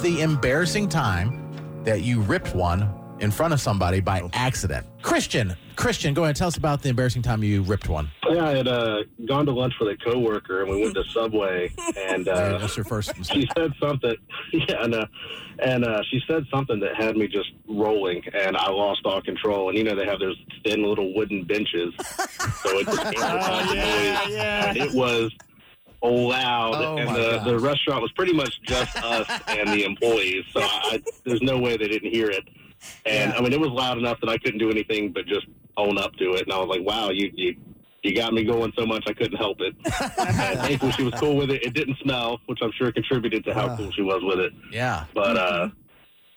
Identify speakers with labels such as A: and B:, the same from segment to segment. A: the embarrassing time that you ripped one in front of somebody by accident. Christian, Christian, go ahead. Tell us about the embarrassing time you ripped one.
B: Yeah, I had uh, gone to lunch with a coworker, and we went to Subway, and
A: Uh,
B: uh,
A: That's your first mistake.
B: she said something. Yeah, and, uh, and uh, she said something that had me just rolling, and I lost all control. And you know they have those thin little wooden benches, so it just came out
A: Oh,
B: like a noise. And it was loud,
A: Oh,
B: and
A: my
B: the,
A: gosh.
B: the restaurant was pretty much just us and the employees. So I, there's no way they didn't hear it. And I mean, it was loud enough that I couldn't do anything but just own up to it. And I was like, "Wow, you you you got me going so much I couldn't help it." and thankfully, she was cool with it. It didn't smell, which I'm sure contributed to how
A: Ah.
B: cool she was with it.
A: Yeah.
B: But uh,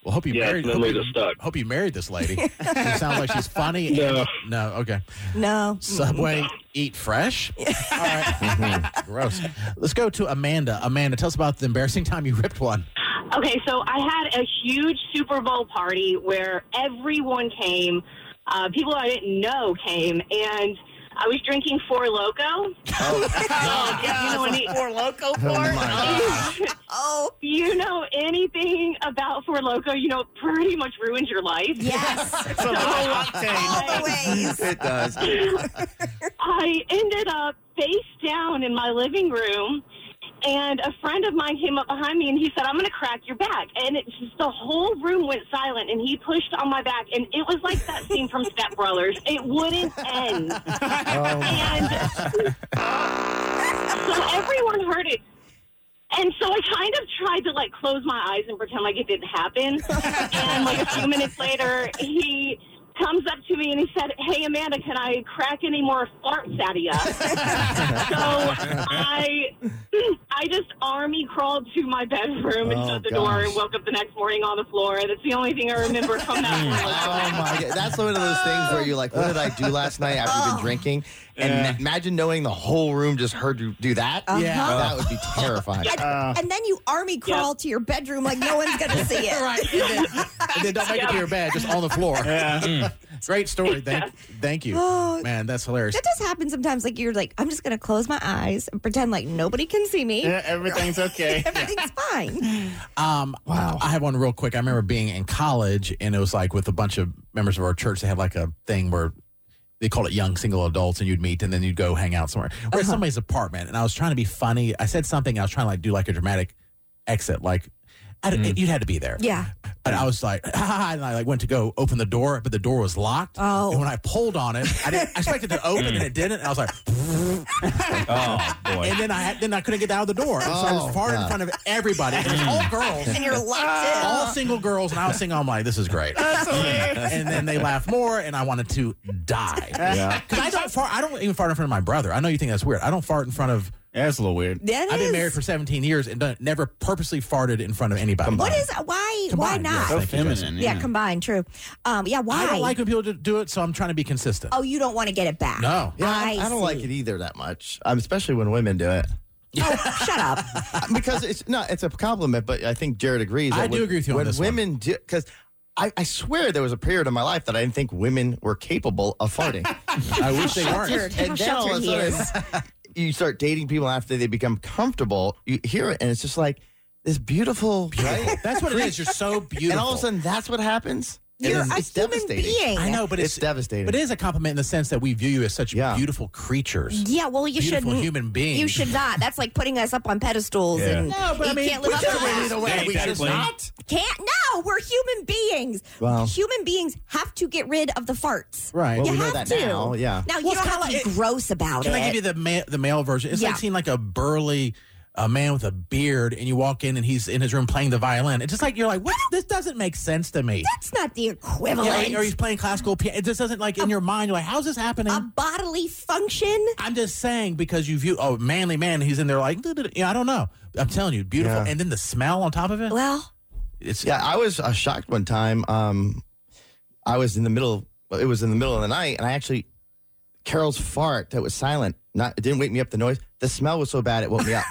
A: Well, hope you
B: Yeah,
A: married.
B: it's
A: Hope
B: memory
A: you,
B: that's stuck.
A: hope you married this lady. she sounds like she's funny.
B: No.
A: No. Okay.
C: No.
A: Subway, eat fresh. All right.
B: Mm-hmm.
A: Gross. Let's go to Amanda. Amanda, tell us about the embarrassing time you ripped one.
D: Okay, so I had a huge Super Bowl party where everyone came, uh, people I didn't know came, and I was drinking Four Loco. Oh, if you know any-
E: Four loco
A: Oh my
E: part.
A: gosh.
C: Oh,
D: you know anything about Four Loco, you know, it pretty much ruins your life.
C: yes.
E: It's a low octane.
C: Always.
F: It does.
D: I ended up face down in my living room, and a friend of mine came up behind me and he said, "I'm going to crack your back." And it just the whole room went silent, and he pushed on my back, and it was like that scene from Step Brothers. It wouldn't end, and so everyone heard it. And so I kind of tried to like close my eyes and pretend like it didn't happen. and like a few minutes later, he comes up to me and he said, "Hey Amanda, can I crack any more farts out of you?" so I, I just army crawled to my bedroom and
F: Oh,
D: shut the door
F: gosh.
D: and woke up the next morning on the floor. That's the only thing I remember from that.
F: Oh my god, that's one of those things where you're like, "What did I do last night?" After
C: Oh.
F: you've been drinking, and ma- imagine knowing the whole room just heard you do that.
A: Yeah.
C: Uh-huh.
F: that would be terrifying.
E: Uh,
C: And then you army crawl to your bedroom like no one's going to see it.
A: right. And then, and then don't make it to your bed, just on the floor.
E: yeah.
A: Great story. Thank, thank you.
C: Oh.
A: Man, that's hilarious.
C: That does happen sometimes. Like you're like, I'm just going to close my eyes and pretend like nobody can see me.
E: Yeah, everything's okay.
C: Everything's fine.
A: Um, wow. I have one real quick. I remember being in college, and it was like with a bunch of members of our church. They had like a thing where they called it young single adults, and you'd meet, and then you'd go hang out somewhere. We're at somebody's apartment, and I was trying to be funny. I said something. I was trying to like do like a dramatic exit, like. I, don't You'd had to be there.
C: Yeah.
A: And I was like, and I like went to go open the door, but the door was locked.
C: Oh.
A: And when I pulled on it, I didn't I expected it to open, and it didn't. And I was like,
F: Oh boy.
A: and then I had, then I couldn't get out of the door. And so I
F: Oh,
A: was farting
F: God.
A: in front of everybody, and it was all girls
C: And you're locked
A: all single girls, and I was singing, I'm like, this is great.
E: That's hilarious.
A: And then they laugh more, and I wanted to die.
F: Yeah.
A: 'Cause I don't fart. I don't even fart in front of my brother. I know you think that's weird. I don't fart in front of.
F: That's a little weird.
C: in. That
A: I've
C: is-
A: been married for 17 years and done, never purposely farted in front of anybody.
C: What is why?
A: Combined,
C: why
A: yes,
C: not?
A: thank
F: So
A: you,
F: feminine.
C: yeah. combined. True. Um, yeah. Why?
A: I don't like when people do- do it, so I'm trying to be consistent.
C: oh, you don't want to get it back.
A: No.
F: Yeah, I, I don't
C: see.
F: like it either that much, um, especially when women do it.
C: Oh, shut up.
F: because it's not it's a compliment, but I think Jared agrees.
A: I
F: that
A: do
F: when-
A: agree with you on
F: When
A: this one.
F: women do, because I, I swear there was a period in my life that I didn't think women were capable of farting.
A: I wish they weren't.
C: Sheltered. How
F: and then all of
C: sheltered
F: a
C: he is.
F: sudden, you start dating people after they become comfortable. You hear it, and it's just like this beautiful, right?
A: That's what it is. You're so beautiful.
F: And all of a sudden, that's what happens. And
C: You're
F: it's,
C: a
F: it's
C: human
F: devastating.
C: being.
A: I know, but
F: It's
A: it's,
F: devastating.
A: But it is a compliment in the sense that we view you as such
F: Yeah.
A: beautiful creatures.
C: Yeah, well, you
A: Beautiful
C: shouldn't.
A: human beings.
C: You should not. That's like putting us up on pedestals,
F: Yeah.
C: and
A: No, but
C: you
A: I mean,
C: can't live
A: we
C: up to
A: should
C: that.
A: either way. We should not.
C: Can't. No, we're human beings.
F: Wow.
C: Human beings have to get rid of the farts.
A: Right.
F: Well,
C: you
F: we know
C: have
F: that
C: to.
F: now, yeah.
C: Now you
A: Well,
C: don't
A: it's
C: have to
A: kinda
C: be
A: like-
C: gross about
A: Can
C: it.
A: I give you the ma- the male version? It's
C: Yeah.
A: like seeing like a burly uh, man with a beard, and you walk in and he's in his room playing the violin. It's just like you're like, what? This doesn't make sense to me.
C: That's not the
A: Yeah,
C: equivalent.
A: like, or he's playing classical piano. It just doesn't like
C: Um,
A: in your mind. You're like, how's this happening?
C: a bodily function.
A: I'm just saying because you view oh manly man, he's in there like, duh, duh, duh. yeah, I don't know. I'm telling you, beautiful,
F: Yeah.
A: and then the smell on top of it.
C: Well,
A: It's
F: Yeah, I was uh, shocked one time. Um, I was in the middle. It was in the middle of the night, and I actually Carol's fart that was silent. Not it didn't wake me up. The noise, the smell was so bad it woke me up.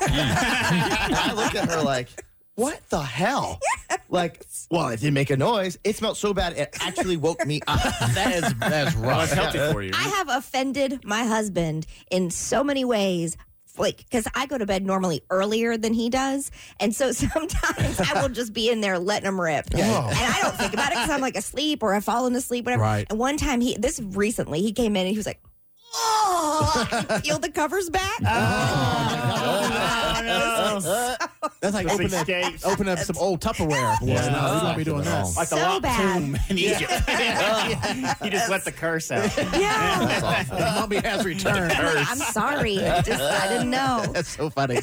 F: And I looked at her like, "What the hell?" Like, well, it didn't make a noise. It smelled so bad it actually woke me up.
A: that is that's
E: Well, it's
A: rough.
E: healthy for you.
C: I have offended my husband in so many ways. Like, because I go to bed normally earlier than he does. And so sometimes I will just be in there letting him rip. And I don't think about it because I'm like asleep or I've fallen asleep, whatever.
A: Right.
C: And one time he, this recently, he came in and he was like, oh, I can peel the covers back.
E: Oh, no.
A: That's like
E: Those
A: open up,
E: escapes.
A: open up some old Tupperware. Boy,
E: Yeah.
A: no, we won't be doing this.
E: Like
C: So
E: the locked
C: bad.
E: tomb in Egypt. you just let the curse out.
C: yeah.
F: That's awful.
A: Mommy has returned.
C: I'm like, I'm sorry. I just, I didn't know.
A: That's so funny.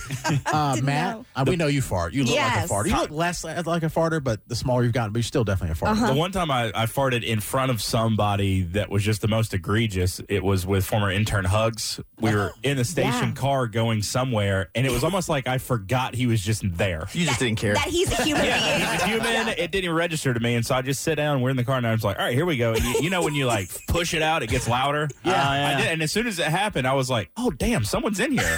A: Uh,
C: Didn't
A: Matt,
C: know.
A: uh, we know you fart. You look like
C: Yes.
A: a farter. You look less like a farter, but the smaller you've gotten, but you're still definitely a farter.
C: Uh-huh.
G: The one time I, I farted in front of somebody that was just the most egregious, it was with former intern Hugs. We were
E: Oh,
G: in the station
C: Yeah.
G: car going somewhere, and it was almost like I forgot he was just there.
F: You just didn't care.
C: That he's a human
G: Yeah,
C: being.
G: he's a human. It didn't even register to me, and so I just sit down. We're in the car, and I'm just like, "All right, here we go." And you, you know when you like push it out, it gets louder.
E: Yeah.
G: I did, and as soon as it happened, I was like, "Oh damn, someone's in here."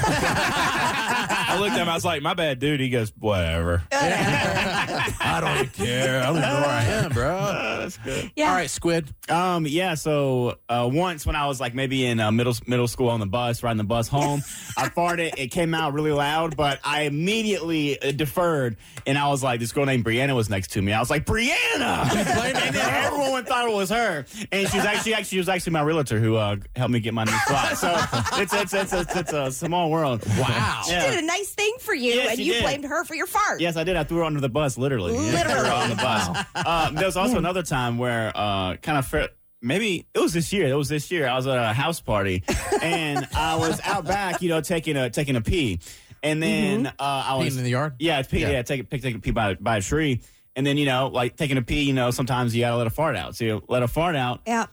G: I looked at him. I was like, "My bad, dude." He goes, "Whatever." I don't care. I don't know where I am.
A: Yeah, bro.
C: Yeah.
A: All right, Squid.
E: Um, yeah. So uh, once when I was like maybe in uh, middle middle school on the bus, riding the bus home, I farted. It came out really loud, but I immediately uh, deferred, and I was like, this girl named Brianna was next to me. I was like, Brianna, and then everyone thought it was her, and she was actually actually she was actually my realtor who uh, helped me get my new spot. So it's it's it's it's, it's a small world.
A: Wow.
C: She did a nice thing for you,
E: Yeah,
C: and
E: she
C: you
E: did.
C: blamed her for your fart.
E: Yes, I did. I threw her under the bus, literally. Yeah, I threw her on the bus. Uh, there was also another time where, uh, kind of, fair, maybe it was this year. It was this year. I was at a house party, and I was out back, you know, taking a taking a pee, and then uh, I was
A: Peeing in the yard?
E: Yeah, it's pee. Yeah,
A: Yeah.
E: take a pick, take a pee by by a tree, and then you know, like taking a pee. You know, sometimes you gotta let a fart out. So you let a fart out,
C: Yeah.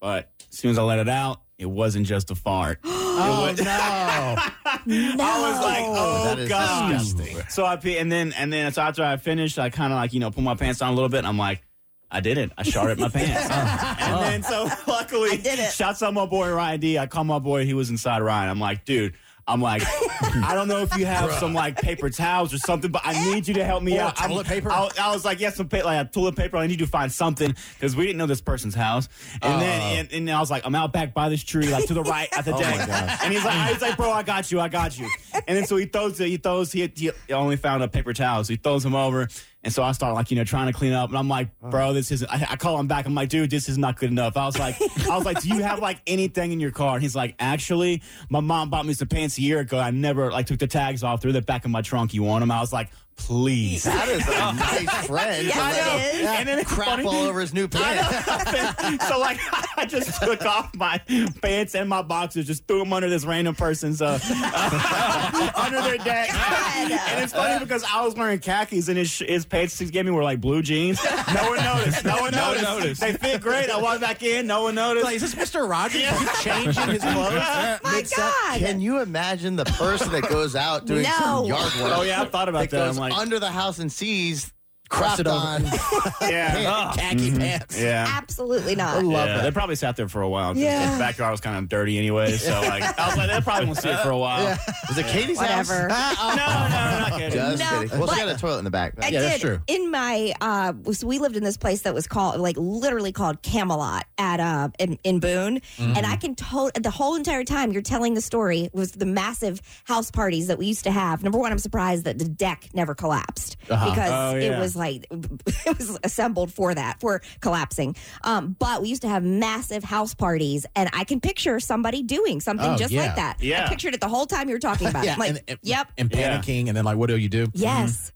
E: but as soon as I let it out, it wasn't just a fart.
A: Oh, no.
E: I was like, oh
F: That is
E: god.
F: disgusting.
E: So I pee, and then and then so after I finished, I kind of like you know put my pants on a little bit. and I'm like, I did it. I sharted my pants. and then so luckily,
C: Oh. I did it.
E: Shouts out my boy Ryan D. I called my boy. He was inside Ryan. I'm like, dude. I'm like, I don't know if you have some like paper towels or something, but I need you to help me
A: Or
E: out. I'm-
A: toilet paper?
E: I, I was like, yes, some pa- like a toilet paper. I need you to find something because we didn't know this person's house. And
A: Uh.
E: then and, and I was like, I'm out back by this tree, like to the right at the
F: Oh my
E: deck.
F: gosh.
E: And he's like, he's like, bro, I got you, I got you. And then so he throws it, he throws, he, he only found a paper towel, so he throws him over. And so I start like, you know, trying to clean up, and I'm like, bro, this isn't. I, I call him back. I'm like, dude, this is not good enough. I was like, I was like, do you have like anything in your car? And he's like, actually, my mom bought me some pants a year ago. I never like took the tags off, threw the back in my trunk. You want them? I was like, please.
F: That is a nice friend.
C: Yeah,
F: Like,
C: it is.
E: And then it's
F: crap
E: funny.
F: all over his new pants.
E: so like I just took off my pants and my boxers, just threw them under this random person's uh, under their deck.
C: God.
E: And it's funny because I was wearing khakis and his sh- his pants he gave me were like blue jeans. No one noticed. No one
G: No one noticed.
E: noticed. They fit great. I walked back in. No one noticed.
A: Like, is this Mr. Rogers changing his clothes?
C: My God.
F: Can you imagine the person that goes out doing some
C: No.
F: yard work?
E: oh yeah, I thought
F: that
E: about that. I'm
F: goes
E: like,
F: under the house and sees crap
A: it over.
F: on
E: yeah,
A: Khaki pants.
E: Mm-hmm. yeah.
C: Absolutely not.
A: Oh,
E: Love They probably sat there for a while.
C: Yeah.
E: The backyard was kind of dirty anyway, so like I was like, they probably won't see it for a while.
F: Is it Katie's
C: Whatever.
F: house?
E: No, no, no, not kidding.
F: Just
C: No,
F: kidding. Well, she
C: but-
F: got a toilet in the back.
C: I
F: Yeah.
C: did
A: that's true.
C: in my uh so we lived in this place that was called like literally called Camelot at uh in, in Boone
A: Mm-hmm.
C: and I can tell the whole entire time you're telling the story was the massive house parties that we used to have. Number one, I'm surprised that the deck never collapsed
A: Uh-huh.
C: because
E: Oh,
C: it
E: yeah.
C: was like it was assembled for that for collapsing. Um but we used to have massive house parties and I can picture somebody doing something
A: Oh,
C: just
A: yeah.
C: like that. I
E: Yeah.
C: pictured it the whole time you were talking about it. I'm like,
A: and,
C: yep.
A: And
E: Yeah.
A: panicking, and then like, what do Mm-hmm. you do?
C: Yes.